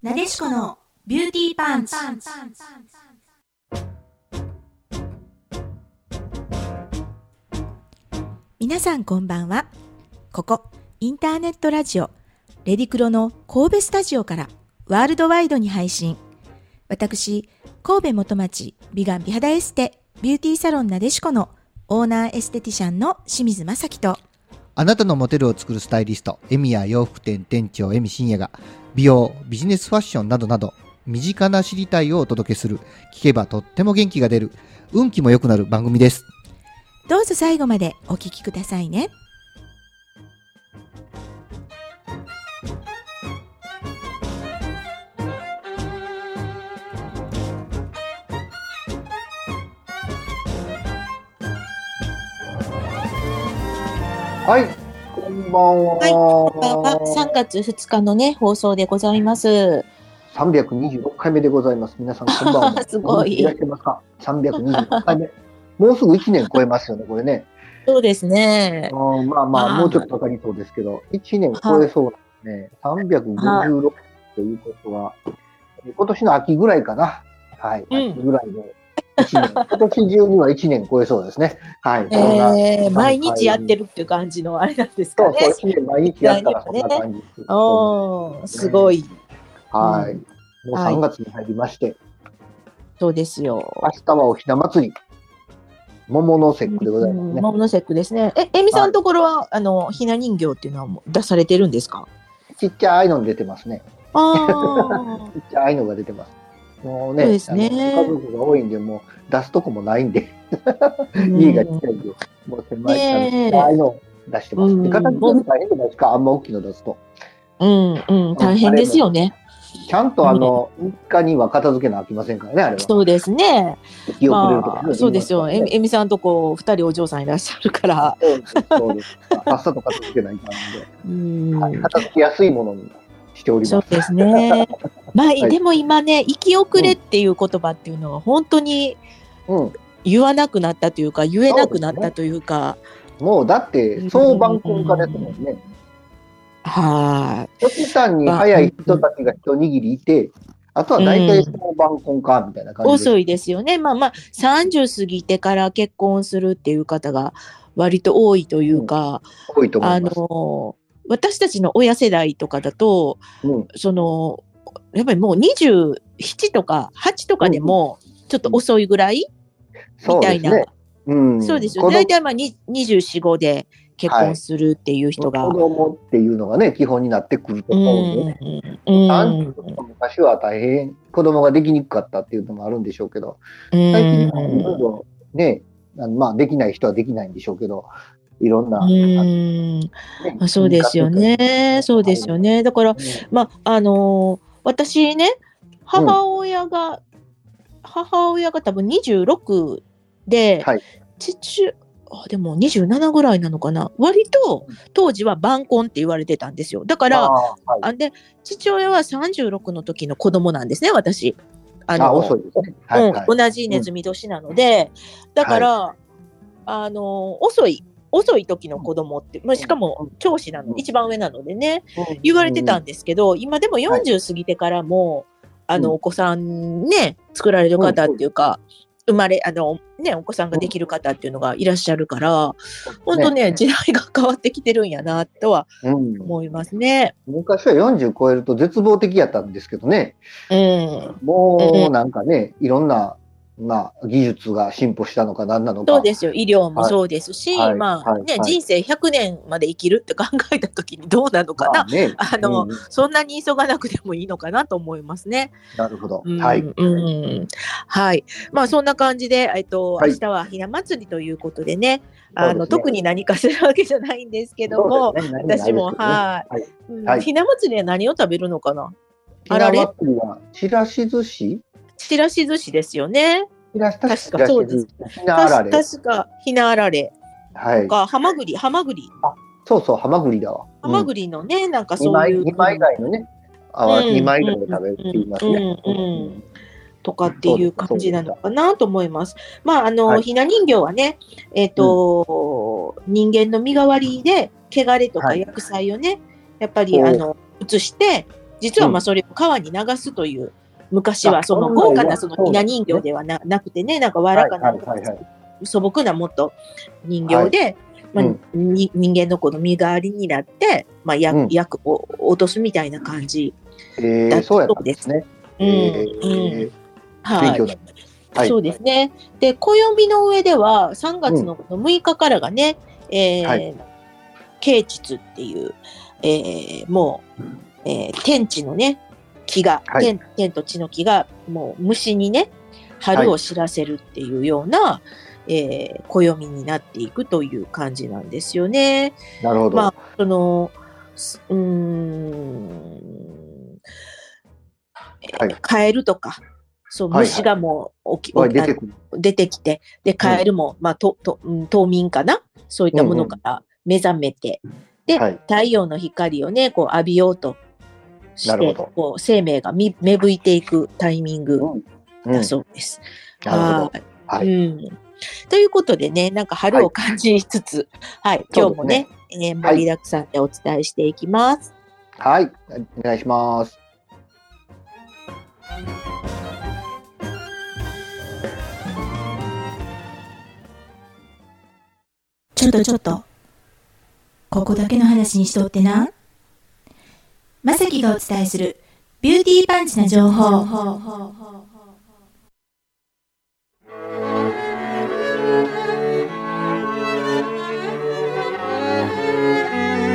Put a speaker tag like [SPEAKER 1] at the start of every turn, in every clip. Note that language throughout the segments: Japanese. [SPEAKER 1] なでしこのビューティーパンツ。皆さんこんばんは。ここ、インターネットラジオ、レディクロの神戸スタジオからワールドワイドに配信。私、神戸元町美顔美肌エステビューティーサロンなでしこのオーナーエステティシャンの清水正樹と、
[SPEAKER 2] あなたのモテルを作るスタイリスト、エミや洋服店店長エミ深夜が、美容、ビジネスファッションなどなど、身近な知りたいをお届けする、聞けばとっても元気が出る、運気も良くなる番組です。
[SPEAKER 1] どうぞ最後までお聞きくださいね。
[SPEAKER 3] はい、こんばんは。
[SPEAKER 4] はい3月2日のね、放送でございます。。
[SPEAKER 3] 三百二十六回目でございます。皆さん、こんばんは
[SPEAKER 4] すごい
[SPEAKER 3] いらっしゃいますか。三百二十六回目。もうすぐ一年超えますよね、これね。
[SPEAKER 4] そうですね。
[SPEAKER 3] うんまあまあ、
[SPEAKER 4] あー
[SPEAKER 3] もうちょっとかかりそうですけど、一年超えそうですね。三百五十六ということは、今年の秋ぐらいかな。はい、
[SPEAKER 4] うん
[SPEAKER 3] 秋ぐらいの。一 年今年中には一年超えそうですね。はい。そんな
[SPEAKER 4] えー、毎日やってるっていう感じのあれなんです
[SPEAKER 3] そ
[SPEAKER 4] か
[SPEAKER 3] うそう、
[SPEAKER 4] ね。
[SPEAKER 3] 一年毎日やったらそんな感じ。
[SPEAKER 4] おー、すごい。
[SPEAKER 3] はい。
[SPEAKER 4] う
[SPEAKER 3] もう3月に入りまして、
[SPEAKER 4] そうですよ。
[SPEAKER 3] 明日はおひな祭り、桃の節句でございますね。
[SPEAKER 4] モのセックですね。え、えみさんのところは、あの、ひな人形っていうのはもう出されてるんですか
[SPEAKER 3] ちっちゃいのに出てますね。
[SPEAKER 4] あ
[SPEAKER 3] ちっちゃいのが出てます。もう
[SPEAKER 4] そう
[SPEAKER 3] ね、
[SPEAKER 4] ですね
[SPEAKER 3] あの家族が多いんで、もう出すとこもないんで、
[SPEAKER 4] あ。
[SPEAKER 3] 家がちっちゃいんで、もう狭いから、
[SPEAKER 4] ねえ
[SPEAKER 3] ちっちゃいのを出してます。
[SPEAKER 4] うん
[SPEAKER 3] で、形が大変じゃないですか、あんま大きいの出すと。
[SPEAKER 4] うん、うん、大変ですよね。
[SPEAKER 3] ちゃんとあの、3日には片付けなあきませんからね、あれは。
[SPEAKER 4] そうですね。
[SPEAKER 3] 気をくれると
[SPEAKER 4] ま
[SPEAKER 3] かね、
[SPEAKER 4] あ、そうですよ。えみえみさんとこ、二人お嬢さんいらっしゃるから。
[SPEAKER 3] そうですそうです。さっさと片付けないかんで。
[SPEAKER 4] うん。
[SPEAKER 3] はい片付けやすいものにしており
[SPEAKER 4] そ
[SPEAKER 3] ま
[SPEAKER 4] う
[SPEAKER 3] す。
[SPEAKER 4] で すね。まあ、
[SPEAKER 3] い
[SPEAKER 4] でも今ね、生き遅れっていう言葉っていうのは本当に
[SPEAKER 3] うん、
[SPEAKER 4] 言わなくなったというか、言えなくなったというか、
[SPEAKER 3] もうだって総晩婚化ですもんね。
[SPEAKER 4] は
[SPEAKER 3] 極端に早い人たちが一握りいて、あとは大体総晩婚化みたいな感
[SPEAKER 4] い。
[SPEAKER 3] じ
[SPEAKER 4] 遅
[SPEAKER 3] い。
[SPEAKER 4] いですよね。まあまあ、30過ぎてから結婚するっていう方が割と多いというか、
[SPEAKER 3] 多いと思
[SPEAKER 4] あ
[SPEAKER 3] います。
[SPEAKER 4] の、私たちの親世代とかだと、
[SPEAKER 3] うん、
[SPEAKER 4] その、やっぱりもう27とか8とかでも、ちょっと遅いぐらい
[SPEAKER 3] そ
[SPEAKER 4] み
[SPEAKER 3] う
[SPEAKER 4] た
[SPEAKER 3] で
[SPEAKER 4] い
[SPEAKER 3] す
[SPEAKER 4] な、
[SPEAKER 3] ね。うん、
[SPEAKER 4] そうですよ。
[SPEAKER 3] 子供
[SPEAKER 4] 大体まあに24、5で結婚するっていう人が。
[SPEAKER 3] 子供っていうのがね、基本になってくると
[SPEAKER 4] う
[SPEAKER 3] 思うんでね。
[SPEAKER 4] ん
[SPEAKER 3] 30とか昔は大変子供ができにくかったっていうのもあるんでしょうけど、最近はいろいろね、あのまあできない人はできないんでしょうけど、いろんな、
[SPEAKER 4] うん
[SPEAKER 3] ね
[SPEAKER 4] あそうですよね。そうですよ。ね。だから、まあ、あのー私ね、母親が、母親が多分26で、
[SPEAKER 3] はい
[SPEAKER 4] 父、あでも27ぐらいなのかな。割と当時は晩婚って言われてたんですよ。だ
[SPEAKER 3] か
[SPEAKER 4] か、
[SPEAKER 3] らはい、
[SPEAKER 4] あで、父親は36の時の子供なんですね、私。あ
[SPEAKER 3] あ遅いですね。はいはい
[SPEAKER 4] うん、同じネズミ年なので、だから、あの遅い遅い時の子供って、まあ、しかも長子なの、
[SPEAKER 3] うん
[SPEAKER 4] 一番上なのでね言われてたんですけど、今でも40過ぎてからも、あ
[SPEAKER 3] う
[SPEAKER 4] の
[SPEAKER 3] ん
[SPEAKER 4] お子さんね作られる方っていうか、生まれあの、ね、お子さんができる方っていうのがいらっしゃるから、本当ね時代が変わってきてるんやなとは
[SPEAKER 3] うん
[SPEAKER 4] 思いますね。
[SPEAKER 3] 昔は40超えると絶望的やったんですけどね、
[SPEAKER 4] うん、
[SPEAKER 3] もうなんかね、いろんな、まあ、技術が進歩したのか何なのか。
[SPEAKER 4] そうですよ医療もそうですし、
[SPEAKER 3] はい
[SPEAKER 4] まあ
[SPEAKER 3] はい
[SPEAKER 4] ね、
[SPEAKER 3] はい
[SPEAKER 4] 人生100年まで生きるって考えた時にどうなのか
[SPEAKER 3] ま
[SPEAKER 4] な、
[SPEAKER 3] あね、
[SPEAKER 4] あの
[SPEAKER 3] うん
[SPEAKER 4] そんなに急がなくてもいいのかなと思いますね。
[SPEAKER 3] なるほど。
[SPEAKER 4] うん
[SPEAKER 3] はい。
[SPEAKER 4] うんはい。まあそんな感じで、えっと、
[SPEAKER 3] はい
[SPEAKER 4] 明日はひな祭りということでね、
[SPEAKER 3] そうで
[SPEAKER 4] あ
[SPEAKER 3] すね
[SPEAKER 4] の、特に何かするわけじゃないんですけど
[SPEAKER 3] そ
[SPEAKER 4] も
[SPEAKER 3] う、ですね何々
[SPEAKER 4] 私も、
[SPEAKER 3] あ
[SPEAKER 4] はい、うん
[SPEAKER 3] はい
[SPEAKER 4] ひな祭りは何を食べるのかなあ
[SPEAKER 3] れ
[SPEAKER 4] ら
[SPEAKER 3] ですね。ひな
[SPEAKER 4] れ
[SPEAKER 3] 祭りは、ちらし寿司
[SPEAKER 4] ちらし寿司ですよね。
[SPEAKER 3] ちらし
[SPEAKER 4] か
[SPEAKER 3] 確か
[SPEAKER 4] そうです。
[SPEAKER 3] ひなあられ。
[SPEAKER 4] 確確か、ひなあられ
[SPEAKER 3] はい。
[SPEAKER 4] か、はまぐり、はまぐり。
[SPEAKER 3] そうそう、ハマグリだわ。
[SPEAKER 4] はま
[SPEAKER 3] リ。
[SPEAKER 4] ぐりのね、なんか
[SPEAKER 3] 二
[SPEAKER 4] そう
[SPEAKER 3] 枚
[SPEAKER 4] いう。
[SPEAKER 3] 二枚貝のね、あわ
[SPEAKER 4] うん
[SPEAKER 3] 二枚貝で食べるって言いますね。
[SPEAKER 4] うんうんうんとかっていう感じなのかなと思います。まあ、あの、
[SPEAKER 3] はい
[SPEAKER 4] ひな人形はね、えっ、と、人間の身代わりで、汚れとか
[SPEAKER 3] はい
[SPEAKER 4] 薬剤をね、やっぱり、
[SPEAKER 3] おう
[SPEAKER 4] あの、移して、実はまあそれを川に流すという、昔はその
[SPEAKER 3] あ
[SPEAKER 4] 豪華な
[SPEAKER 3] そ
[SPEAKER 4] そう
[SPEAKER 3] なん
[SPEAKER 4] の
[SPEAKER 3] だ
[SPEAKER 4] ひな人形ではななくてね、なんかわらかな
[SPEAKER 3] はいはいはいはい
[SPEAKER 4] 素朴なもっと人形で、まあ
[SPEAKER 3] うん
[SPEAKER 4] に人間のこの身代わりになって、まあ、や
[SPEAKER 3] うん
[SPEAKER 4] 役を落とすみたいな感じ。
[SPEAKER 3] え
[SPEAKER 4] だ
[SPEAKER 3] ー、そうやったんですね。
[SPEAKER 4] うん
[SPEAKER 3] え
[SPEAKER 4] うん
[SPEAKER 3] ー
[SPEAKER 4] はい
[SPEAKER 3] 勉強になります。はい
[SPEAKER 4] そうですね。で、暦の上では3月のこの6日からがね、えー
[SPEAKER 3] はい
[SPEAKER 4] 啓蟄っていう、えーもう、えー天地のね、木が、
[SPEAKER 3] はい
[SPEAKER 4] 天、天と地の木が、もう虫にね、春を知らせるっていうような、えー暦になっていくという感じなんですよね。
[SPEAKER 3] なるほど。
[SPEAKER 4] まあ、その、すうーん、
[SPEAKER 3] は
[SPEAKER 4] え
[SPEAKER 3] い
[SPEAKER 4] カエルとか、そう、
[SPEAKER 3] はいはい
[SPEAKER 4] 虫がもう起き、
[SPEAKER 3] はい、
[SPEAKER 4] 起き
[SPEAKER 3] 出てくる。
[SPEAKER 4] 出てきて、で、カエルも、まあ、と、と、うん冬眠かなそういったものから目覚めて、で
[SPEAKER 3] はい。
[SPEAKER 4] 太陽の光をね、こう浴びようとし
[SPEAKER 3] なる
[SPEAKER 4] て、
[SPEAKER 3] ほど
[SPEAKER 4] こう生命がみ芽吹いていくタイミング
[SPEAKER 3] うん、な
[SPEAKER 4] だ
[SPEAKER 3] るほ
[SPEAKER 4] そうです。
[SPEAKER 3] ど。
[SPEAKER 4] はい
[SPEAKER 3] はい
[SPEAKER 4] うん。ということでね、なんか春を感じつつ、はい、今日もね、えー盛りだくさんでお伝えしていきます。
[SPEAKER 3] はい。お願いします。
[SPEAKER 1] ちょっとちょっと。ここだけの話にしとってな。まさきがお伝えするビューティーパンチな情報。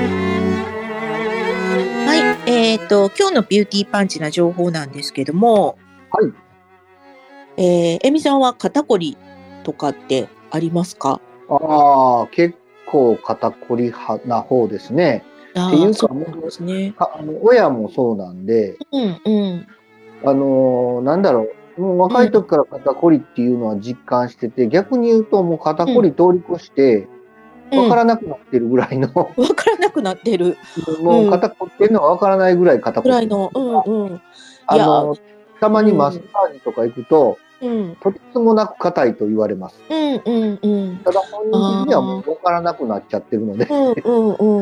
[SPEAKER 4] はい、えっ、と、今日のビューティーパンチな情報なんですけども、
[SPEAKER 3] はい。
[SPEAKER 4] えー、えみさんは肩こりとかってありますか
[SPEAKER 3] ああ、結構肩こり派な方ですね。
[SPEAKER 4] あ
[SPEAKER 3] っていう
[SPEAKER 4] ー
[SPEAKER 3] か
[SPEAKER 4] そうなんですね。
[SPEAKER 3] かあの親もそうなんで、
[SPEAKER 4] うんうん。
[SPEAKER 3] あのーなんだろう。もう若い時から肩こりっていうのは実感してて、逆に言うともう肩こり通り越して、
[SPEAKER 4] うん
[SPEAKER 3] わからなくなってるぐらいの、
[SPEAKER 4] わからなくなってる
[SPEAKER 3] もう肩こってるのはわからないぐらい肩こ
[SPEAKER 4] ぐ
[SPEAKER 3] り。
[SPEAKER 4] らいの。うんうん。
[SPEAKER 3] あ
[SPEAKER 4] いや
[SPEAKER 3] のーたまにマッサージとか行くと、
[SPEAKER 4] うん
[SPEAKER 3] とてつもなく硬いと言われます。
[SPEAKER 4] うんうんうん。
[SPEAKER 3] ただ本人的にはもうわからなくなっちゃってるので、
[SPEAKER 4] うんうんうん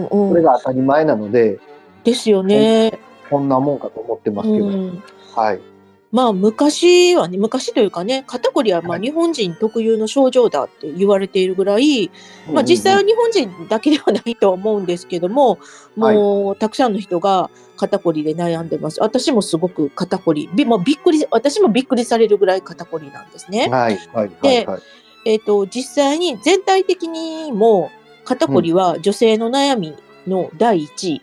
[SPEAKER 3] こ
[SPEAKER 4] う
[SPEAKER 3] れ
[SPEAKER 4] ん。
[SPEAKER 3] が当たり前なので、
[SPEAKER 4] ですよね。
[SPEAKER 3] こんなもんかと思ってますけど、
[SPEAKER 4] うん。
[SPEAKER 3] はい。
[SPEAKER 4] まあ昔はね、昔というかね、肩こりはまあ
[SPEAKER 3] はい
[SPEAKER 4] 日本人特有の症状だって言われているぐらい、まあ、実際は日本人だけではないとは思うんですけども、もうたくさんの人が肩こりで悩んでます。私もすごく肩こり、びもうびっくり、私もびっくりされるぐらい肩こりなんですね。
[SPEAKER 3] はい、はい、はい、
[SPEAKER 4] で
[SPEAKER 3] はい。
[SPEAKER 4] えっ、と、実際に全体的にも肩こりは女性の悩みの第一位、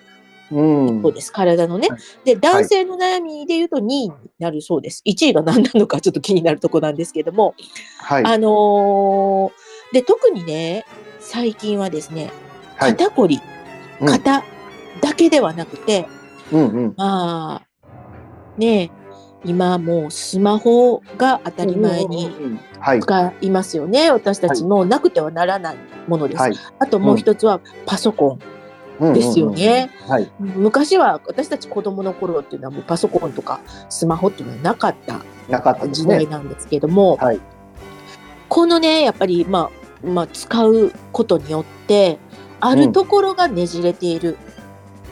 [SPEAKER 3] うん。
[SPEAKER 4] そうです、体のね
[SPEAKER 3] はい。
[SPEAKER 4] で、男性の悩みで言うと2位になるそうです。1位が何なのかちょっと気になるとこなんですけども、
[SPEAKER 3] はい、
[SPEAKER 4] あのーで、特にね、最近はですね、
[SPEAKER 3] はい。
[SPEAKER 4] 肩こり、
[SPEAKER 3] うん
[SPEAKER 4] 肩だけではなくて、
[SPEAKER 3] うん、うん。
[SPEAKER 4] まあ、ねえ今もうスマホが当たり前に
[SPEAKER 3] うん。うんうんはい、
[SPEAKER 4] 使いますよね。私たちのなくてはならないものです。
[SPEAKER 3] はい。
[SPEAKER 4] あともう一つはパソコ
[SPEAKER 3] うん
[SPEAKER 4] ン。
[SPEAKER 3] うんうん
[SPEAKER 4] ですよね。
[SPEAKER 3] はい、
[SPEAKER 4] 昔は私たち子供の頃っていうのはもうパソコンとかスマホっていうのはなかった
[SPEAKER 3] なかったです
[SPEAKER 4] 時
[SPEAKER 3] ね
[SPEAKER 4] 代。なんですけども、
[SPEAKER 3] はい
[SPEAKER 4] このねやっぱり、まあ、まあ使うことによってあるところがねじれている、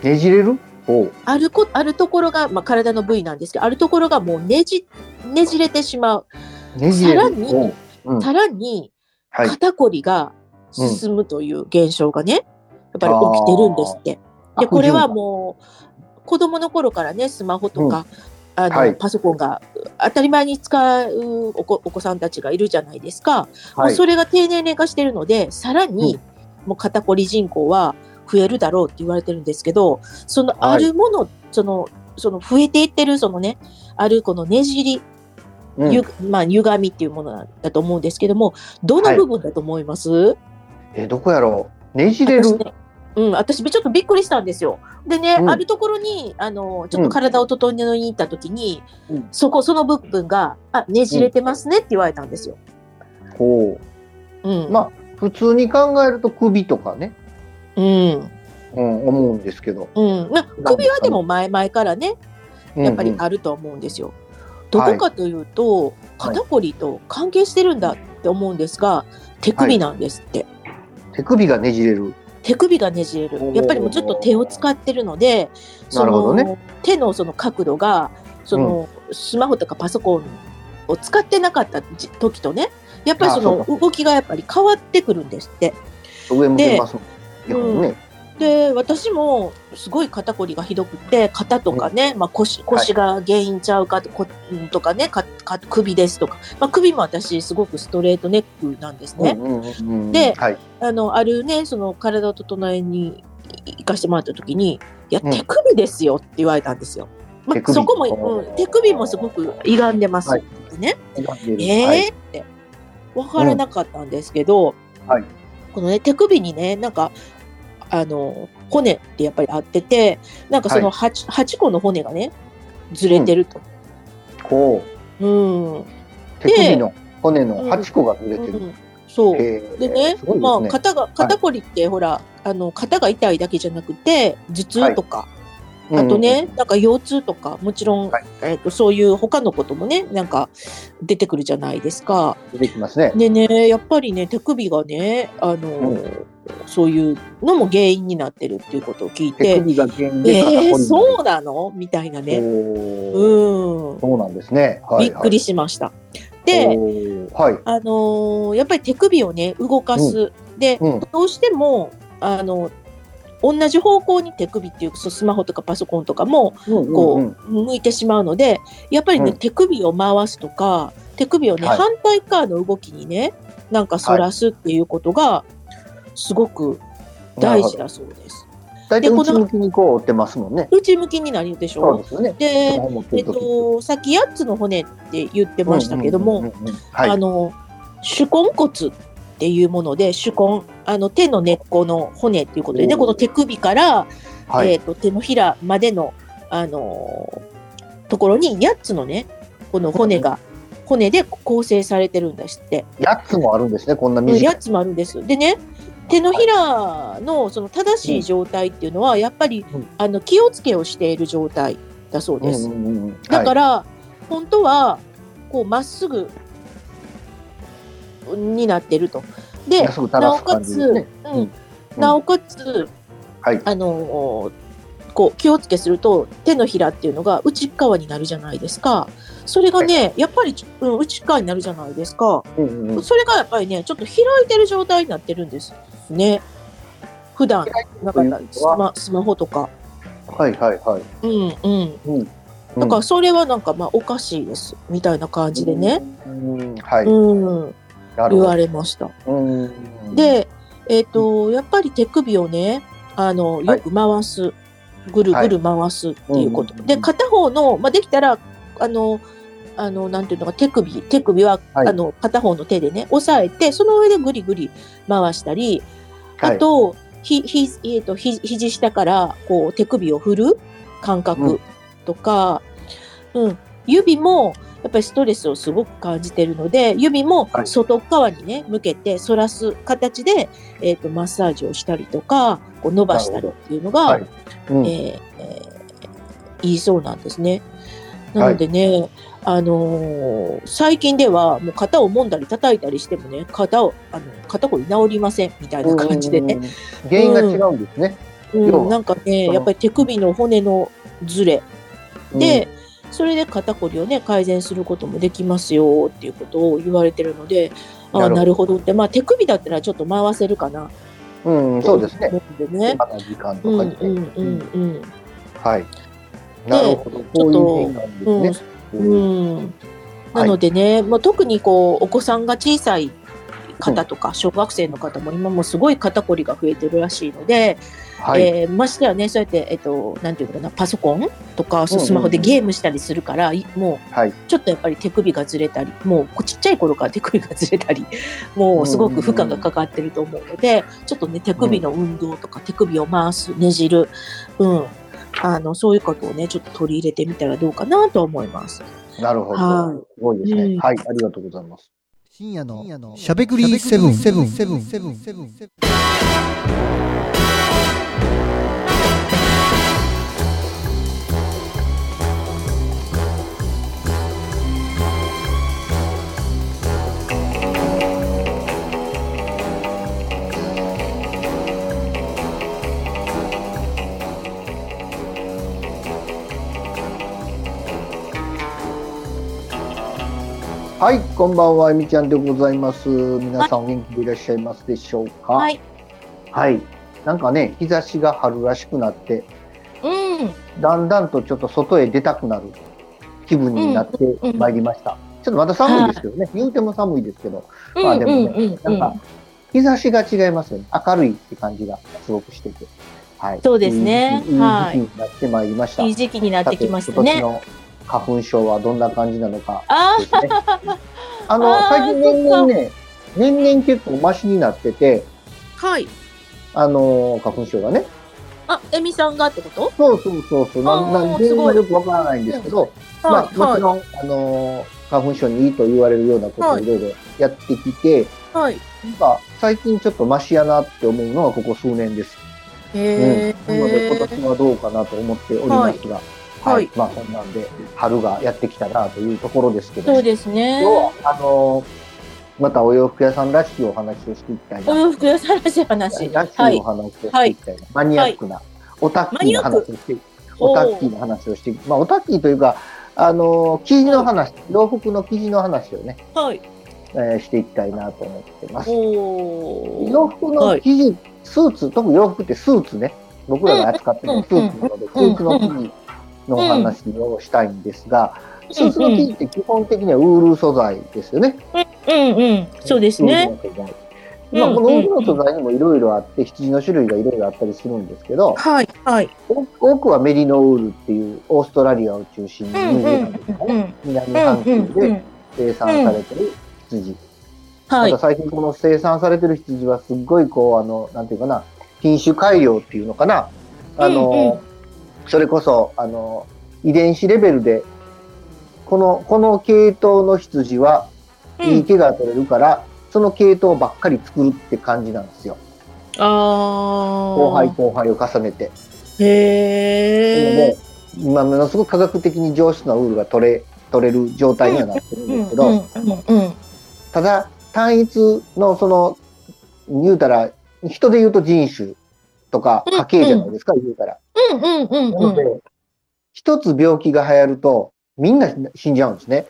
[SPEAKER 3] ねじれるおう
[SPEAKER 4] あるこあるところが、まあ、体の部位なんですけどあるところがもうねじねじれてしまう
[SPEAKER 3] ねじれる。
[SPEAKER 4] さらに
[SPEAKER 3] おううん
[SPEAKER 4] さらに
[SPEAKER 3] はい。
[SPEAKER 4] 肩こりが進むという現象がね、やっぱり起きてるんですって。
[SPEAKER 3] 悪循環
[SPEAKER 4] でこれはもう子供の頃からねスマホとか、あの
[SPEAKER 3] はい
[SPEAKER 4] パソコンが当たり前に使うお子お子さんたちがいるじゃないですか、もう
[SPEAKER 3] はい。
[SPEAKER 4] それが低年齢化してるのでさらにもう肩こり人口は増えるだろうって言われてるんですけどそのあるもの、そのその増えていってるそのねあるこのねじり
[SPEAKER 3] うん
[SPEAKER 4] ゆまあ、歪みっていうものなんだと思うんですけども、どの部分だと思います、
[SPEAKER 3] え、どこやろうねじれる
[SPEAKER 4] 私ねうん、私ちょっとびっくりしたんですよ。でね、
[SPEAKER 3] うん
[SPEAKER 4] あるところに、あの、ちょっと体を整えに行った時に、
[SPEAKER 3] うん
[SPEAKER 4] そこ、その部分が、あ、ねじれてますねって言われたんですよ。
[SPEAKER 3] おう
[SPEAKER 4] うん。
[SPEAKER 3] まあ、普通に考えると首とかね、
[SPEAKER 4] うん。
[SPEAKER 3] うん、思うんですけど。
[SPEAKER 4] うん。な首はでも前々からね、
[SPEAKER 3] うん
[SPEAKER 4] やっぱり
[SPEAKER 3] うん
[SPEAKER 4] あると思うんですよ。どこかというと、
[SPEAKER 3] はい
[SPEAKER 4] 肩こりと関係してるんだって思うんですが、手首なんですって。
[SPEAKER 3] 手首がねじれる。
[SPEAKER 4] 手首がねじれる。やっぱりもうずっと手を使ってるので、その、
[SPEAKER 3] なるほど
[SPEAKER 4] 手のその角度が、その、スマホとかパソコンを使ってなかったじ時とね、やっぱり
[SPEAKER 3] あ
[SPEAKER 4] その
[SPEAKER 3] そうか
[SPEAKER 4] 動きがやっぱり変わってくるんですって。
[SPEAKER 3] 上向けますもん。
[SPEAKER 4] で
[SPEAKER 3] いやほんとね。
[SPEAKER 4] で、私もすごい肩こりがひどくて、肩とかね、まあ腰、腰が原因ちゃうかと,こ、とかねかか、首ですとか、まあ首も私すごくストレートネックなんですね。
[SPEAKER 3] うんうんうんうん
[SPEAKER 4] で
[SPEAKER 3] はい。
[SPEAKER 4] あの、あるね、その体を整えに行かしてもらった時に、いや、
[SPEAKER 3] うん
[SPEAKER 4] 手首ですよって言われたんですよ。ま
[SPEAKER 3] 手
[SPEAKER 4] あ、
[SPEAKER 3] 首
[SPEAKER 4] そこも、うん、手首もすごく歪んでますって言ってね。
[SPEAKER 3] はい
[SPEAKER 4] ええーって分からなかったんですけど、
[SPEAKER 3] はい
[SPEAKER 4] このね手首にねなんかあの骨ってやっぱりあっててなんかその 8,、八個の骨がねずれてると。
[SPEAKER 3] こ
[SPEAKER 4] うんうん
[SPEAKER 3] う、手首の骨の
[SPEAKER 4] うん
[SPEAKER 3] 8個がずれてる。
[SPEAKER 4] そう
[SPEAKER 3] へー
[SPEAKER 4] でね
[SPEAKER 3] すごいで
[SPEAKER 4] ますあ、
[SPEAKER 3] ね。
[SPEAKER 4] 肩が肩こりってほら、あの肩が痛いだけじゃなくて頭痛とか、あとね、なんか腰痛とかもちろん、
[SPEAKER 3] はい
[SPEAKER 4] えっとそういう他のこともねなんか出てくるじゃないですか。
[SPEAKER 3] うんうん、出てきますね。
[SPEAKER 4] でねやっぱりね手首がねあの、そういうのも原因になってるっていうことを聞い
[SPEAKER 3] 手
[SPEAKER 4] て
[SPEAKER 3] 首が原因
[SPEAKER 4] え
[SPEAKER 3] で肩こり
[SPEAKER 4] ー、
[SPEAKER 3] う
[SPEAKER 4] そうなのみたいなね
[SPEAKER 3] おー
[SPEAKER 4] うん、
[SPEAKER 3] そうなんですね。はいはい
[SPEAKER 4] びっくりしました。で、
[SPEAKER 3] おーはい。
[SPEAKER 4] あのーやっぱり手首をね動かす、で
[SPEAKER 3] うん。
[SPEAKER 4] どうしてもあの同じ方向に手首っていうそうスマホとかパソコンとかもこう、
[SPEAKER 3] うんうん
[SPEAKER 4] 向いてしまうのでやっぱりね、
[SPEAKER 3] うん
[SPEAKER 4] 手首を回すとか手首をね、
[SPEAKER 3] はい
[SPEAKER 4] 反対側の動きにねなんか反らすっていうことがすごく大事だそうです。
[SPEAKER 3] 大体
[SPEAKER 4] でこの
[SPEAKER 3] 内向きにこう折ってますもんね。
[SPEAKER 4] 内向きになるでし
[SPEAKER 3] そう
[SPEAKER 4] ょ
[SPEAKER 3] ですよね。
[SPEAKER 4] で、
[SPEAKER 3] 持ってる
[SPEAKER 4] えっ
[SPEAKER 3] 時
[SPEAKER 4] と、さっき8つの骨って言ってましたけども、
[SPEAKER 3] うんうんうんうんはい
[SPEAKER 4] あの手根骨っていうもので手根あの手の根っこの骨っていうことでね
[SPEAKER 3] おー
[SPEAKER 4] この手首から、
[SPEAKER 3] はい
[SPEAKER 4] えっと手のひらまでの、あのーところに8つのねこの骨が、骨で構成されてるんですって
[SPEAKER 3] 8つもあるんですね、こんな短
[SPEAKER 4] 8
[SPEAKER 3] い。
[SPEAKER 4] つもあるんですでね手のひらのその正しい状態っていうのはやっぱり、
[SPEAKER 3] うん
[SPEAKER 4] あの気をつけをしている状態だそうで
[SPEAKER 3] う
[SPEAKER 4] す。
[SPEAKER 3] んうんうん
[SPEAKER 4] だか
[SPEAKER 3] はい
[SPEAKER 4] ら、本当はこうまっすぐになってると。で
[SPEAKER 3] まっすぐ垂
[SPEAKER 4] な
[SPEAKER 3] ら
[SPEAKER 4] お
[SPEAKER 3] す
[SPEAKER 4] か
[SPEAKER 3] 感
[SPEAKER 4] つ
[SPEAKER 3] じですね、
[SPEAKER 4] うん
[SPEAKER 3] うん
[SPEAKER 4] なおかつ、
[SPEAKER 3] はい
[SPEAKER 4] あのーこう気をつけすると手のひらっていうのが内側になるじゃないですか。それがね、やっぱり、うん、内側になるじゃないですか。
[SPEAKER 3] うんうんうん
[SPEAKER 4] それがやっぱりね、ちょっと開いてる状態になってるんですね。普段なかった
[SPEAKER 3] というこ
[SPEAKER 4] ス
[SPEAKER 3] とは
[SPEAKER 4] マスマホとか。
[SPEAKER 3] はいはいはい。
[SPEAKER 4] うんうん。
[SPEAKER 3] うん
[SPEAKER 4] だからそれはなんかまあおかしいですみたいな感じでね、。
[SPEAKER 3] うんはい。
[SPEAKER 4] うん、
[SPEAKER 3] なる
[SPEAKER 4] 言
[SPEAKER 3] ほ
[SPEAKER 4] われました。
[SPEAKER 3] どうん
[SPEAKER 4] で、えっとやっぱり手首をねあの
[SPEAKER 3] はい
[SPEAKER 4] よく回す、ぐるぐる回すっていうこと、
[SPEAKER 3] うん
[SPEAKER 4] で片方の、まあ、できたらあのあのなんていうのか手首手首は、
[SPEAKER 3] はい
[SPEAKER 4] あの片方の手でね押さえてその上でぐりぐり回したり、
[SPEAKER 3] はい
[SPEAKER 4] あとひひ、えっとひ肘下からこう手首を振る感
[SPEAKER 3] う
[SPEAKER 4] 覚
[SPEAKER 3] ん
[SPEAKER 4] とか、うん指もやっぱりストレスをすごく感じてるので指も
[SPEAKER 3] はい
[SPEAKER 4] 外側にね向けて反らす形で、えっとマッサージをしたりとかこう伸ばしたりっていうのが、
[SPEAKER 3] はいうん
[SPEAKER 4] えーえーいいそうなんですね。なのでね、あのー最近ではもう肩を揉んだり叩いたりしてもね肩をあの肩こり治りませんみたいな感じでね、
[SPEAKER 3] うん原因が違うんですね。
[SPEAKER 4] うん
[SPEAKER 3] 要は
[SPEAKER 4] なんかね
[SPEAKER 3] その
[SPEAKER 4] やっぱり手首の骨のずれで
[SPEAKER 3] う、
[SPEAKER 4] それで肩こりをね改善することもできますよっていうことを言われてるので
[SPEAKER 3] なるほ
[SPEAKER 4] ああ
[SPEAKER 3] ど、
[SPEAKER 4] なるほどってまあ手首だったらちょっと回せるかなん
[SPEAKER 3] うんそうですね。
[SPEAKER 4] 思うんでね。
[SPEAKER 3] まだ時間
[SPEAKER 4] う
[SPEAKER 3] と
[SPEAKER 4] ん
[SPEAKER 3] か
[SPEAKER 4] う
[SPEAKER 3] に
[SPEAKER 4] ん
[SPEAKER 3] ね
[SPEAKER 4] うんうん
[SPEAKER 3] はい。なるほど。こ
[SPEAKER 4] ょっ
[SPEAKER 3] う
[SPEAKER 4] と
[SPEAKER 3] いう原因なんですね。うん
[SPEAKER 4] うん、なのでね、まあ、特にこうお子さんが小さい方とか小学生の方も今もうすごい肩こりが増えてるらしいので、
[SPEAKER 3] はい。
[SPEAKER 4] えーましてはねそうやって、えっとなんていうのかなパソコンとかそう
[SPEAKER 3] うんうん
[SPEAKER 4] スマホでゲームしたりするから、いも
[SPEAKER 3] はい。
[SPEAKER 4] うちょっとやっぱり手首がずれたりもうこうちっちゃい頃から手首がずれたりもうすごく負荷がかかってると思うので、ちょっとね手首の運動とか手首を回すねじる、うん、あのそういうことをねちょっと取り入れてみたらどうかなとは思います。
[SPEAKER 3] なるほ
[SPEAKER 4] はい
[SPEAKER 3] ど。すごいです
[SPEAKER 4] うん
[SPEAKER 3] ね。はい。ありがとうございます。
[SPEAKER 2] 深夜のしゃべくりセブンセブンセブンセブンセブン
[SPEAKER 3] はい。はい、こんばんは、えみちゃんでございます。皆さんお元気でいらっしゃいますでしょうか。
[SPEAKER 4] はい。
[SPEAKER 3] はい。なんかね、日差しが春らしくなって、
[SPEAKER 4] うん。
[SPEAKER 3] だんだんとちょっと外へ出たくなる気分になってまいりました。ちょっとまだ寒いですけどね、言うても寒いですけど、まあでもね
[SPEAKER 4] うんうんうんう
[SPEAKER 3] なん
[SPEAKER 4] ん
[SPEAKER 3] か日差しが違いますよね。明るいって感じがすごくしてて。はい。
[SPEAKER 4] そうですね
[SPEAKER 3] いいいい
[SPEAKER 4] はい
[SPEAKER 3] 時期になってまいりました。
[SPEAKER 4] いい時期になってきました
[SPEAKER 3] さて
[SPEAKER 4] ね。
[SPEAKER 3] 今年の花粉症はどんな感じなのか
[SPEAKER 4] あ
[SPEAKER 3] ですね。あの、
[SPEAKER 4] あー
[SPEAKER 3] 最近年々ね、年々結構マシになってて、
[SPEAKER 4] あ、はい。
[SPEAKER 3] あの、花粉症がね。
[SPEAKER 4] あ、エミさんがってこと
[SPEAKER 3] そうそうそうそう。な
[SPEAKER 4] あー
[SPEAKER 3] なんです
[SPEAKER 4] ごい
[SPEAKER 3] よくわからないんですけど、ま
[SPEAKER 4] は
[SPEAKER 3] あ、
[SPEAKER 4] い、
[SPEAKER 3] も
[SPEAKER 4] は
[SPEAKER 3] ち
[SPEAKER 4] い、
[SPEAKER 3] ろん、あのー花粉症にいいと言われるようなことを
[SPEAKER 4] はい
[SPEAKER 3] いろいろやってきて、
[SPEAKER 4] はい。
[SPEAKER 3] なんか最近ちょっとマシやなって思うのはここ数年です。
[SPEAKER 4] へ
[SPEAKER 3] うん。なので
[SPEAKER 4] え。
[SPEAKER 3] 今年はどうかなと思っておりますが、
[SPEAKER 4] はいはい
[SPEAKER 3] まあそんなんで、春がやってきたなというところですけど、
[SPEAKER 4] そうですね
[SPEAKER 3] 今。日は、あのーまたお洋服屋さんらしいお話をしていきたい
[SPEAKER 4] お
[SPEAKER 3] な。
[SPEAKER 4] 洋服屋さんらしい話。
[SPEAKER 3] らしい
[SPEAKER 4] はい
[SPEAKER 3] お。話をしていきたいな。マニアックな、オタッキーな話をしていきたいオタッキーの話をして、まあ、オタッキーというか、あのー、生地の話、洋服の生地の話をね、
[SPEAKER 4] おーはい。
[SPEAKER 3] えーしていきたいなと思ってます。
[SPEAKER 4] お
[SPEAKER 3] 洋服の生地、スーツ、特に洋服ってスーツね、僕らが扱ってるのはスーツなので、ス
[SPEAKER 4] うん
[SPEAKER 3] ーツの生地のお話をしたいんですが、スーツの生地って基本的にはウール素材ですよね。
[SPEAKER 4] うんうん。そうですね。
[SPEAKER 3] ウールの素材。まあ、
[SPEAKER 4] うん
[SPEAKER 3] このウールの素材にもいろいろあって、羊の種類がいろいろあったりするんですけど、
[SPEAKER 4] はい。はい。
[SPEAKER 3] 多く多くはメリノウールっていうオーストラリアを中心にニュージーランドとかね
[SPEAKER 4] うん。
[SPEAKER 3] 南
[SPEAKER 4] うん
[SPEAKER 3] 半
[SPEAKER 4] う
[SPEAKER 3] 球
[SPEAKER 4] んう
[SPEAKER 3] で
[SPEAKER 4] ん。
[SPEAKER 3] 生産されてる羊。
[SPEAKER 4] は
[SPEAKER 3] ま
[SPEAKER 4] い
[SPEAKER 3] た。最近この生産されてる羊はすっごいこう、あの、なんていうかな、品種改良っていうのかな。あの、それこそ、あの、遺伝子レベルで、この、この系統の羊は、
[SPEAKER 4] う
[SPEAKER 3] いい
[SPEAKER 4] ん。
[SPEAKER 3] 毛が取れるから、その系統ばっかり作るって感じなんですよ。
[SPEAKER 4] ああ。
[SPEAKER 3] 後輩後輩を重ねて。
[SPEAKER 4] へえ。
[SPEAKER 3] でも、今ものすごく科学的に上質なウールが取れ、取れる状態にはなってるんですけど、
[SPEAKER 4] うんうん。
[SPEAKER 3] ただ単一のその言うたら人で言うと人種とか
[SPEAKER 4] うん
[SPEAKER 3] 家系じゃないですか、言うたら。
[SPEAKER 4] うんうん
[SPEAKER 3] な
[SPEAKER 4] う
[SPEAKER 3] の
[SPEAKER 4] んう
[SPEAKER 3] で、
[SPEAKER 4] ん。
[SPEAKER 3] 一つ病気が流行るとみんな死んじゃうんですね。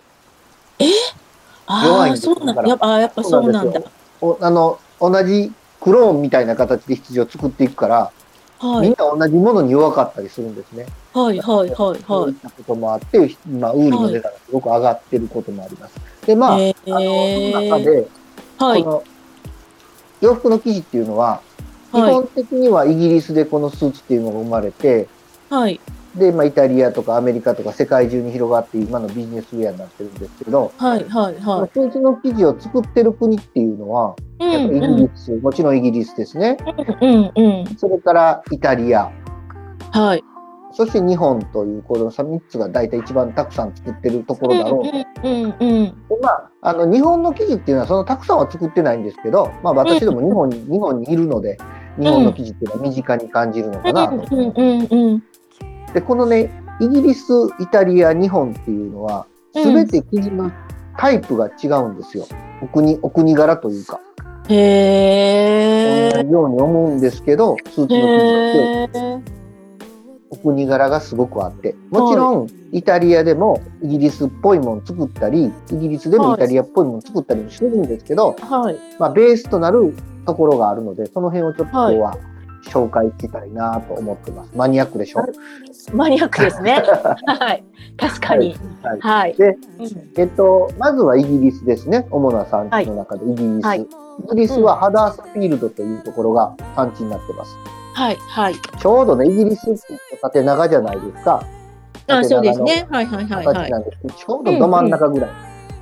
[SPEAKER 4] ああ、そうなんだ。やっぱ、あーやっぱそうなんだ。
[SPEAKER 3] おあの同じクローンみたいな形で羊を作っていくから、
[SPEAKER 4] は
[SPEAKER 3] み
[SPEAKER 4] い
[SPEAKER 3] ん。な同じものに弱かったりするんですね。
[SPEAKER 4] はいはいはい
[SPEAKER 3] そう
[SPEAKER 4] はい
[SPEAKER 3] ったこともあって、今ウールの値段がすごく上がってることもあります。でまあ、
[SPEAKER 4] い。
[SPEAKER 3] あのその中
[SPEAKER 4] へえ。
[SPEAKER 3] で、
[SPEAKER 4] はい
[SPEAKER 3] この洋服の生地っていうのは、基
[SPEAKER 4] はい
[SPEAKER 3] 本的にはイギリスでこのスーツっていうのが生まれて、
[SPEAKER 4] はい
[SPEAKER 3] で、まあ、イタリアとかアメリカとか世界中に広がって今のビジネスウェアになってるんですけど、
[SPEAKER 4] はいはいは
[SPEAKER 3] スーツの生地を作ってる国っていうのは、
[SPEAKER 4] い。う
[SPEAKER 3] やっぱ
[SPEAKER 4] ん
[SPEAKER 3] イ
[SPEAKER 4] う
[SPEAKER 3] ギリ
[SPEAKER 4] ん
[SPEAKER 3] ス、もちろんイギリスですね。
[SPEAKER 4] うんうん。
[SPEAKER 3] それからイタリア、
[SPEAKER 4] はい。
[SPEAKER 3] そして日本という、この3つが大体一番たくさん作ってるところだろう。
[SPEAKER 4] うんうんうん。
[SPEAKER 3] でまあ、あの日本の生地っていうのはそのたくさんは作ってないんですけど、まあ、私ども日本に,、日本にいるので日本の生地っていうのは身近に感じるのかなと、
[SPEAKER 4] うんうんうん。
[SPEAKER 3] でこのねイギリスイタリア日本っていうのは
[SPEAKER 4] うん
[SPEAKER 3] 全て生地のタイプが違うんですよ、お国お国柄というか
[SPEAKER 4] へえ。
[SPEAKER 3] 同じように思うんですけどスーツの生地って
[SPEAKER 4] へえ。
[SPEAKER 3] お国柄がすごくあってもちろんイタリアでもイギリスっぽいもの作ったりイギリスでもイタリアっぽいもの作ったりもしてるんですけど、
[SPEAKER 4] はい。
[SPEAKER 3] まあ、ベースとなるところがあるので、その辺をちょっと今日は紹介したいなと思ってます。マニアックでしょ、
[SPEAKER 4] はマニアックで すね。はい。確かに。
[SPEAKER 3] はい
[SPEAKER 4] はい。
[SPEAKER 3] で
[SPEAKER 4] うん
[SPEAKER 3] えっと、まずはイギリスですね。主な産地の中でイギリス。
[SPEAKER 4] はい
[SPEAKER 3] イギリスはハダースフィールドというところが産地になってます。
[SPEAKER 4] はいはい。
[SPEAKER 3] ちょうどね、イギリスって縦長じゃないですか。
[SPEAKER 4] あ、
[SPEAKER 3] 縦
[SPEAKER 4] そうで
[SPEAKER 3] 長
[SPEAKER 4] す
[SPEAKER 3] の
[SPEAKER 4] ね。はいはいはいは
[SPEAKER 3] 形
[SPEAKER 4] い。
[SPEAKER 3] なんですけど、ちょうどど真ん中ぐらい。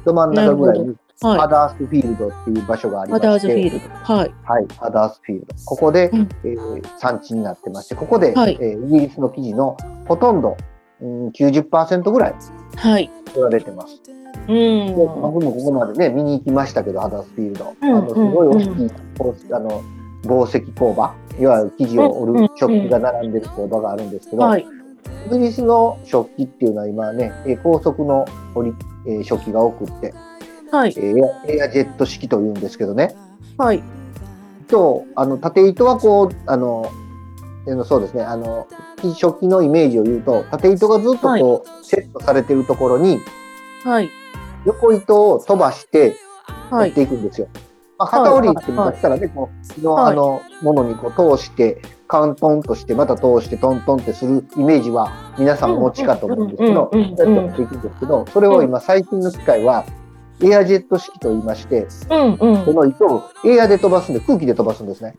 [SPEAKER 3] ど真ん中ぐらいにハ
[SPEAKER 4] は
[SPEAKER 3] ダースフィールドっていう場所があり
[SPEAKER 4] い。
[SPEAKER 3] ま
[SPEAKER 4] ア
[SPEAKER 3] して、
[SPEAKER 4] ダーズフィールド。はい。
[SPEAKER 3] はい、ハダースフィールド。ここで、
[SPEAKER 4] うん
[SPEAKER 3] えー産地になってまして、ここで、
[SPEAKER 4] はい
[SPEAKER 3] えーイギリスの記事のほとんど、うん、90%ぐらい
[SPEAKER 4] はい。
[SPEAKER 3] 取られてます。
[SPEAKER 4] うん。
[SPEAKER 3] で僕もここまでね、見に行きましたけど、ハダースフィールド。
[SPEAKER 4] うん
[SPEAKER 3] あのすごい大きい、宝石あの、紡績工場、いわゆる生地を
[SPEAKER 4] うんう
[SPEAKER 3] 織
[SPEAKER 4] ん
[SPEAKER 3] る食器が並んでる工場があるんですけど、
[SPEAKER 4] はい。
[SPEAKER 3] イギリスの食器っていうのは今ね、えー高速の織り、えー食器が多くって、
[SPEAKER 4] はい
[SPEAKER 3] え。ーエアエアジェット式というんですけどね、
[SPEAKER 4] はい。
[SPEAKER 3] とあの縦糸はこうあのえーのそうですねあの食器のイメージを言うと縦糸がずっとこう、セットされてるところに
[SPEAKER 4] はい。
[SPEAKER 3] 横糸を飛ばして
[SPEAKER 4] は
[SPEAKER 3] 持っ
[SPEAKER 4] い
[SPEAKER 3] て。いくんですよ。まあ、
[SPEAKER 4] はい
[SPEAKER 3] 片折りって昔からね、こう、の、
[SPEAKER 4] はい
[SPEAKER 3] あの、ものにこう通して、カントンとして、また通して、トントンってするイメージは、皆さんお持ちかと思うんですけど、
[SPEAKER 4] う
[SPEAKER 3] そ
[SPEAKER 4] ん
[SPEAKER 3] う
[SPEAKER 4] う
[SPEAKER 3] や
[SPEAKER 4] んうんうん
[SPEAKER 3] って持っていくんですけど、それを今、最近の機械は、エアジェット式と言いまして、
[SPEAKER 4] うん
[SPEAKER 3] こ
[SPEAKER 4] う
[SPEAKER 3] の糸をエアで飛ばすんで、空気で飛ばすんですね。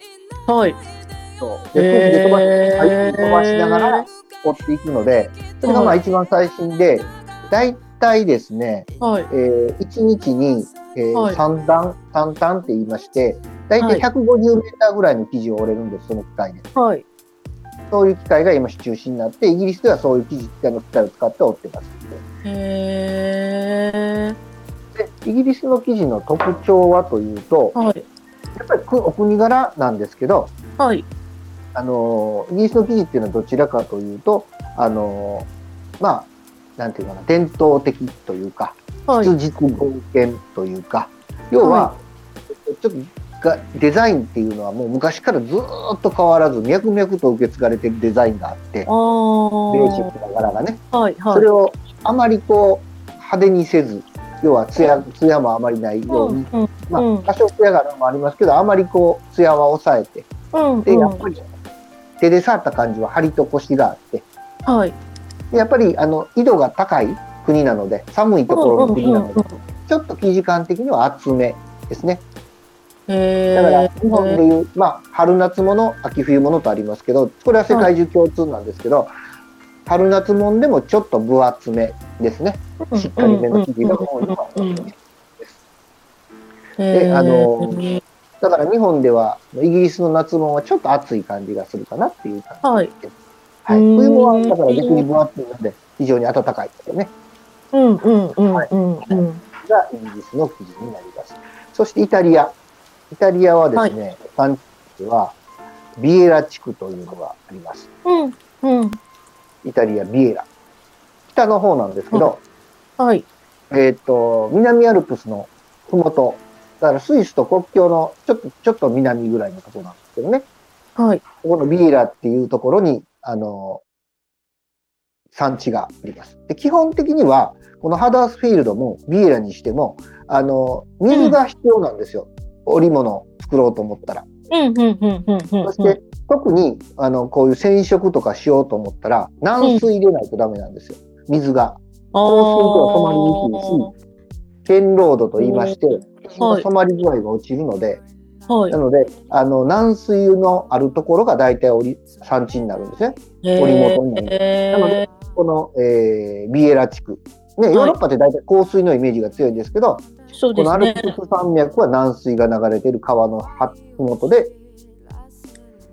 [SPEAKER 4] ん。はい。
[SPEAKER 3] そうで空気で飛ばして、
[SPEAKER 4] へー
[SPEAKER 3] はい飛ばしながら追っていくので、それがまあ
[SPEAKER 4] はい
[SPEAKER 3] 一番最新で、だいたいですね、
[SPEAKER 4] はい。
[SPEAKER 3] えー1日に、えー
[SPEAKER 4] はい
[SPEAKER 3] 3段、3段って言いまして、大体150メーターぐらいの生地を折れるんです、その機械で。
[SPEAKER 4] はい。
[SPEAKER 3] そういう機械が今主中心になって、イギリスではそういう生地機械の機械を使って折ってます。
[SPEAKER 4] へ
[SPEAKER 3] で、イギリスの生地の特徴はというと
[SPEAKER 4] ー。、はい。
[SPEAKER 3] やっぱりくお国柄なんですけど、
[SPEAKER 4] はい。
[SPEAKER 3] あのーイギリスの生地っていうのはどちらかというと、あのーまあ、なんていうかな、伝統的というか、
[SPEAKER 4] はい。
[SPEAKER 3] 実実貢献というか、要は、ちょっとがデザインっていうのはもう昔からずーっと変わらず脈々と受け継がれてるデザインがあって
[SPEAKER 4] あ
[SPEAKER 3] ベーシッ
[SPEAKER 4] あ。
[SPEAKER 3] クな柄がね、
[SPEAKER 4] はい。
[SPEAKER 3] そ
[SPEAKER 4] は
[SPEAKER 3] れ
[SPEAKER 4] い。
[SPEAKER 3] をあまりこう派手にせず要はツヤツヤもあまりないように、
[SPEAKER 4] うん。
[SPEAKER 3] ま
[SPEAKER 4] う
[SPEAKER 3] あ、
[SPEAKER 4] ん
[SPEAKER 3] 多少ツヤがあるのもありますけどあまりこうツヤは抑えて
[SPEAKER 4] うん。うん
[SPEAKER 3] でやっぱり手で触った感じは張りとコシがあって
[SPEAKER 4] はい。
[SPEAKER 3] でやっぱりあの緯度が高い国なので寒いところの国なので、ちょっと生地感的には厚めですね。
[SPEAKER 4] へ
[SPEAKER 3] だから
[SPEAKER 4] え。
[SPEAKER 3] 日本でいう、まあ、春夏もの秋冬ものとありますけどこれは世界中共通なんですけど、春夏もんでもちょっと分厚めですねしっかりめの生地が多いのが
[SPEAKER 4] うんうんうんうん
[SPEAKER 3] で
[SPEAKER 4] で
[SPEAKER 3] あのだから日本ではイギリスの夏もんはちょっと暑い感じがするかなっていう感
[SPEAKER 4] はい。
[SPEAKER 3] じです、はい
[SPEAKER 4] うん
[SPEAKER 3] 冬もはだから逆に分厚いので非常に暖かいですよね
[SPEAKER 4] うんうんうんうんうん。
[SPEAKER 3] がイギリスの生地になりますそしてイタリアイタリアはですね、産地はビエラ地区というのがあります
[SPEAKER 4] うんうん。
[SPEAKER 3] イタリア、ビエラ。北の方なんですけど、
[SPEAKER 4] はい。
[SPEAKER 3] えっ、と、南アルプスのふもと、だからスイスと国境のちょっと、ちょっと南ぐらいのところなんですけどね。
[SPEAKER 4] はい。
[SPEAKER 3] ここのビエラっていうところに、あの、産地があります。で、基本的には、このハダースフィールドもビエラにしても、あの、水が必要なんですよ。織物を作ろうと思ったら。
[SPEAKER 4] うんうんうんうんうん。
[SPEAKER 3] そして、特に、あの、こういう染色とかしようと思ったら、軟水入れないとダメなんですよ。水が。
[SPEAKER 4] あ
[SPEAKER 3] 剣ロードと言いまして、
[SPEAKER 4] はい
[SPEAKER 3] 染まり具合が落ちるので、
[SPEAKER 4] は
[SPEAKER 3] なので、あの、軟水のあるところが大体織り産地になるんですね。
[SPEAKER 4] い。
[SPEAKER 3] なので、この、えービエラ地区。ね、ヨーロッパって大体降水のイメージが強いんですけど、
[SPEAKER 4] そう
[SPEAKER 3] こ
[SPEAKER 4] で
[SPEAKER 3] のア
[SPEAKER 4] す
[SPEAKER 3] ル
[SPEAKER 4] ね
[SPEAKER 3] プ。ス山脈は軟水が流れている川のはふもとで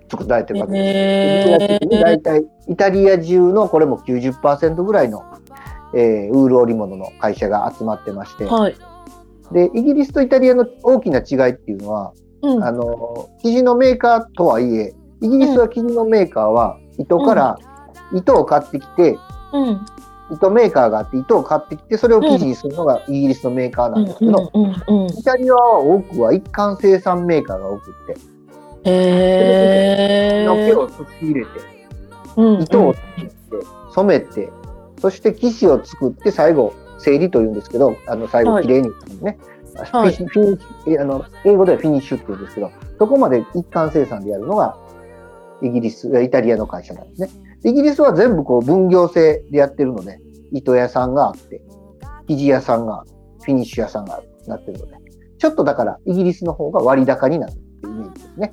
[SPEAKER 3] 作られてるわけです。でビエラ地区に大体イタリア中のこれも90%ぐらいの、えーウール織物の会社が集まってまして、
[SPEAKER 4] はい。
[SPEAKER 3] で、イギリスとイタリアの大きな違いっていうのは、
[SPEAKER 4] うん。
[SPEAKER 3] あの、生地のメーカーとはいえ、イギリスは生地のメーカーは、糸から、糸を買ってきて、
[SPEAKER 4] うん。
[SPEAKER 3] 糸メーカーがあって、糸を買ってきて、それを生地にするのがイギリスのメーカー
[SPEAKER 4] う
[SPEAKER 3] なん
[SPEAKER 4] ん
[SPEAKER 3] ですけど、
[SPEAKER 4] うんうん。
[SPEAKER 3] イタリアは多くは一貫生産メーカーが多くって、
[SPEAKER 4] へえ。
[SPEAKER 3] の毛を突き入れて、糸を作って、染めて、そして生地を作って、最後、整理というんですけど、あの、最後、
[SPEAKER 4] はい
[SPEAKER 3] 綺麗にね、
[SPEAKER 4] はい
[SPEAKER 3] フィニッシュフィニッシュえあの、英語ではフィニッシュって言うんですけど、そこまで一貫生産でやるのが、イギリス、えイタリアの会社なんですね。イギリスは全部こう、分業制でやってるので、糸屋さんがあって、生地屋さんがあって、フィニッシュ屋さんがあるなってるので、ちょっとだから、イギリスの方が割高になるっていうイメージですね。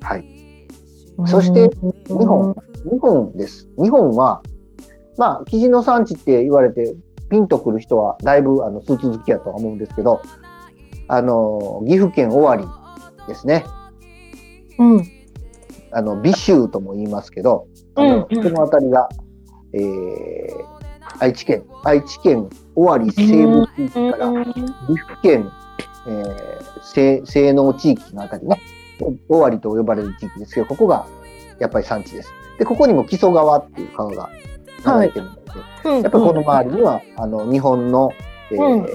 [SPEAKER 3] はい。日本、日本です。日本は、まあ、生地の産地って言われて、ピンとくる人はだいぶあのスーツ好きやとは思うんですけど、あの、岐阜県尾張ですね。
[SPEAKER 4] うん。
[SPEAKER 3] あの、美州とも言いますけど、あの、
[SPEAKER 4] うんうん
[SPEAKER 3] この辺りが、えー、愛知県、愛知県尾張西部地域から、岐阜県、えー、西西能地域のあたりね、尾張と呼ばれる地域ですけど、ここがやっぱり産地です。で、ここにも木曽川っていう川が流れてるので、やっぱりこの周りには、あの、日本の、えー
[SPEAKER 4] うんり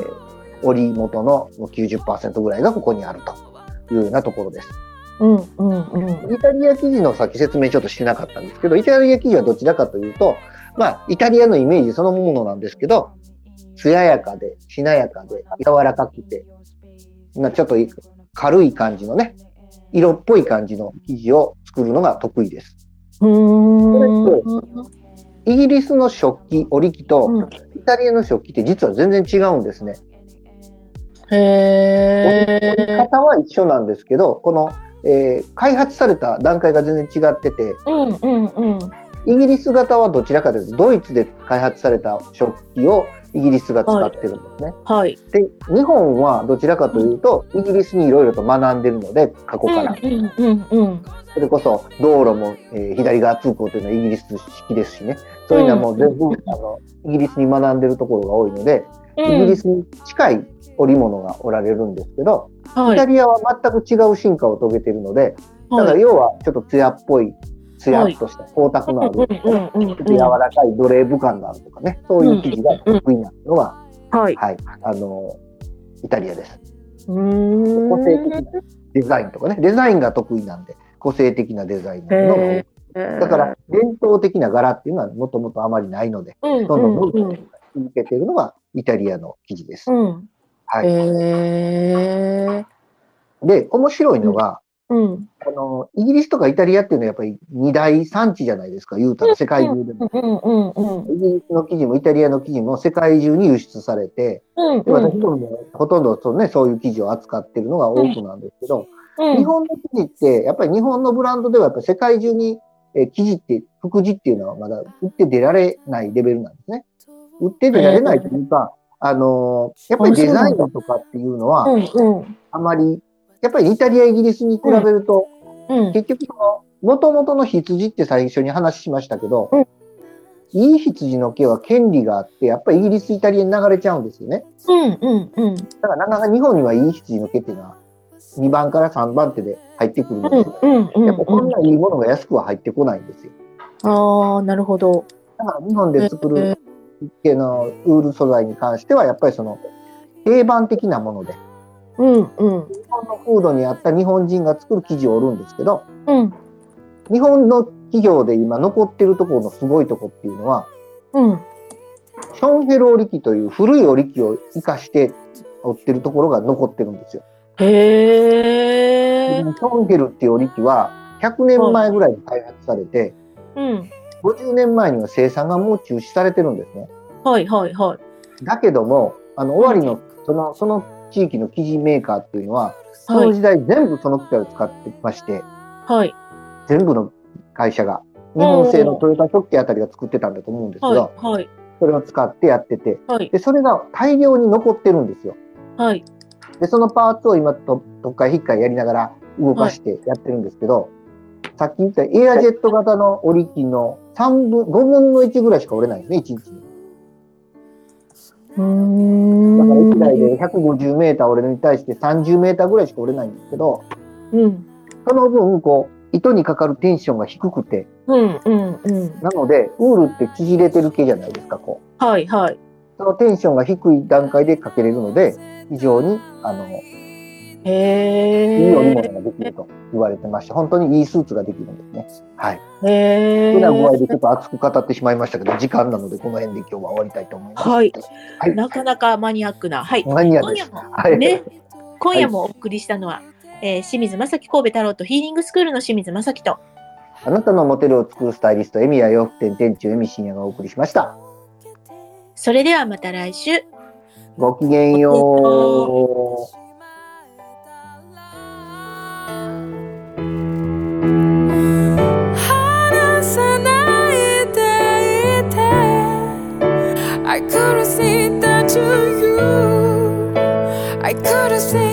[SPEAKER 3] 織元の90%ぐらいがここにあるというようなところです。
[SPEAKER 4] うんうんうん。
[SPEAKER 3] イタリア生地のさっき説明ちょっとしてなかったんですけど、イタリア生地はどちらかというと、まあ、イタリアのイメージそのものなんですけど、艶やかで、しなやかで、柔らかくて、なちょっと軽い感じのね、色っぽい感じの生地を作るのが得意です。
[SPEAKER 4] うーん。
[SPEAKER 3] イギリスの食器、織り機と、
[SPEAKER 4] うん
[SPEAKER 3] イタリアの食器って実は全然違うんですね。
[SPEAKER 4] へ
[SPEAKER 3] 織り
[SPEAKER 4] え。
[SPEAKER 3] 方は一緒なんですけど、この、えー開発された段階が全然違ってて、
[SPEAKER 4] うんうんうん。
[SPEAKER 3] イギリス型はどちらかというと、ドイツで開発された食器をイギリスが使ってるんですね。
[SPEAKER 4] はい。
[SPEAKER 3] で、日本はどちらかというと、イギリスにいろいろと学んでるので、過去
[SPEAKER 4] う
[SPEAKER 3] か
[SPEAKER 4] ん
[SPEAKER 3] ら。
[SPEAKER 4] うんうんうん。
[SPEAKER 3] それこそ道路も、えー左側通行というのはイギリス式ですしね、そういうのはもう全部、
[SPEAKER 4] うん
[SPEAKER 3] あのイギリスに学んでるところが多いので、イギ
[SPEAKER 4] う
[SPEAKER 3] リ
[SPEAKER 4] ん。
[SPEAKER 3] スに近い織物がおられるんですけど、イ
[SPEAKER 4] は
[SPEAKER 3] タ
[SPEAKER 4] い。
[SPEAKER 3] リアは全く違う進化を遂げているので、ただ
[SPEAKER 4] はい。
[SPEAKER 3] 要はちょっと艶っぽい、艶っとした光沢のある、ちょ
[SPEAKER 4] うんうん
[SPEAKER 3] っと柔らかいドレーブ感があるとかね、そういう生地が得意なのが、
[SPEAKER 4] はい。
[SPEAKER 3] はい、あのイタリアです。
[SPEAKER 4] うーん
[SPEAKER 3] 個性的なデザインとかね、デザインが得意なんで、個性的なデザインのが多い。だから、伝統的な柄っていうのはもともとあまりないので、
[SPEAKER 4] うんうん
[SPEAKER 3] どんどんどん
[SPEAKER 4] う
[SPEAKER 3] ど
[SPEAKER 4] ん
[SPEAKER 3] ん続けているのがイタリアの生地です。
[SPEAKER 4] うん。
[SPEAKER 3] は
[SPEAKER 4] へ
[SPEAKER 3] い、
[SPEAKER 4] え。
[SPEAKER 3] で、面白いのが、
[SPEAKER 4] うん。
[SPEAKER 3] あの、イギリスとかイタリアっていうのはやっぱり二大産地じゃないですか、言うたら世界中でも。
[SPEAKER 4] うんうんうん。
[SPEAKER 3] イギリスの生地もイタリアの生地も世界中に輸出されて、
[SPEAKER 4] うん
[SPEAKER 3] で私どももほとんどそう,、ね、そういう生地を扱ってるのが多くなんですけど、
[SPEAKER 4] うん。
[SPEAKER 3] 日本の生地って、やっぱり日本のブランドではやっぱり世界中に、えー生地って、服地っていうのはまだ売って出られないレベルなんですね。売って出られないというか、あのーやっぱりデザインとかっていうのは、
[SPEAKER 4] うんうん。
[SPEAKER 3] あまり、やっぱりイタリア、イギリスに比べると、
[SPEAKER 4] うん。
[SPEAKER 3] 結局その、元々の羊って最初に話しましたけど、
[SPEAKER 4] うん
[SPEAKER 3] いい羊の毛は権利があって、やっぱりイギリス、イタリアに流れちゃうんですよね。
[SPEAKER 4] うんうんうん。
[SPEAKER 3] だからなかなか日本にはいい羊の毛っていうのは、2番から3番手で入ってくるんですよ。
[SPEAKER 4] うんうん
[SPEAKER 3] やっぱこん
[SPEAKER 4] うん。
[SPEAKER 3] ないいものが安くは入ってこないんですよ。
[SPEAKER 4] ああ、なるほど。
[SPEAKER 3] だから日本で作る系のウール素材に関しては、やっぱりその定番的なもので、日
[SPEAKER 4] うんうん。
[SPEAKER 3] 本の風土に合った日本人が作る生地を織るんですけど、
[SPEAKER 4] うん
[SPEAKER 3] 日本の企業で今残ってるところのすごいとこっていうのは、
[SPEAKER 4] うん。
[SPEAKER 3] ションヘル織機という古い織機を生かして織ってるところが残ってるんですよ。シ
[SPEAKER 4] へえ。
[SPEAKER 3] ョンヘルっていう織機は100年前ぐらいに開発されて、
[SPEAKER 4] うん。
[SPEAKER 3] 50年前には生産がもう中止されてるんですね。
[SPEAKER 4] はいはいはい。
[SPEAKER 3] だけども、あの、終わりの、その、その地域の生地メーカーっていうのは、そ
[SPEAKER 4] は
[SPEAKER 3] の
[SPEAKER 4] い
[SPEAKER 3] 時代全部その機械を使ってまして、
[SPEAKER 4] はい
[SPEAKER 3] 全部の会社が、日本製のトヨタ食器あたりが作ってたんだと思うんですけ
[SPEAKER 4] はい
[SPEAKER 3] ど、
[SPEAKER 4] はい
[SPEAKER 3] それを使ってやってて、
[SPEAKER 4] はい
[SPEAKER 3] で、それが大量に残ってるんですよ。
[SPEAKER 4] はい。
[SPEAKER 3] で、そのパーツを今、と特会引っかいやりながら動かしてやってるんですけど、さっき言ったエアジェット型の折り機の3分、5分の1ぐらいしか折れないんですね、1日に。
[SPEAKER 4] う
[SPEAKER 3] だ
[SPEAKER 4] ー
[SPEAKER 3] から1台
[SPEAKER 4] ん。
[SPEAKER 3] で150メーター折れるに対して30メーターぐらいしか折れないんですけど、
[SPEAKER 4] うん
[SPEAKER 3] その分、こう、糸にかかるテンションが低くて、
[SPEAKER 4] うんうんうん。
[SPEAKER 3] なので、ウールって縮れてる毛じゃないですか、こう。
[SPEAKER 4] はいはい。
[SPEAKER 3] そのテンションが低い段階でかけれるので、非常に、あの、い
[SPEAKER 4] へ
[SPEAKER 3] い織
[SPEAKER 4] え。
[SPEAKER 3] 物ができると言われてまして、本当にいいスーツができるんですね。はい。
[SPEAKER 4] へえ。
[SPEAKER 3] てな具合でちょっと熱く語ってしまいましたけど、時間なので、この辺で今日は終わりたいと思います。
[SPEAKER 4] はい。
[SPEAKER 3] はい。
[SPEAKER 4] なかなかマニアックな。はい。
[SPEAKER 3] マニア
[SPEAKER 4] 今
[SPEAKER 3] で
[SPEAKER 4] 夜
[SPEAKER 3] す。
[SPEAKER 4] も
[SPEAKER 3] はい。
[SPEAKER 4] ね、今夜もお送りしたのは、えー清水正樹神戸太郎とヒーリングスクールの清水正樹と、
[SPEAKER 3] あなたのモテルを作るスタイリスト、エミヤ洋服店店長、エミ深夜がお送りしました。
[SPEAKER 4] それではまた来週。
[SPEAKER 3] ごきげんよう。
[SPEAKER 5] 離さないでいて I couldn't see that you you I couldn't see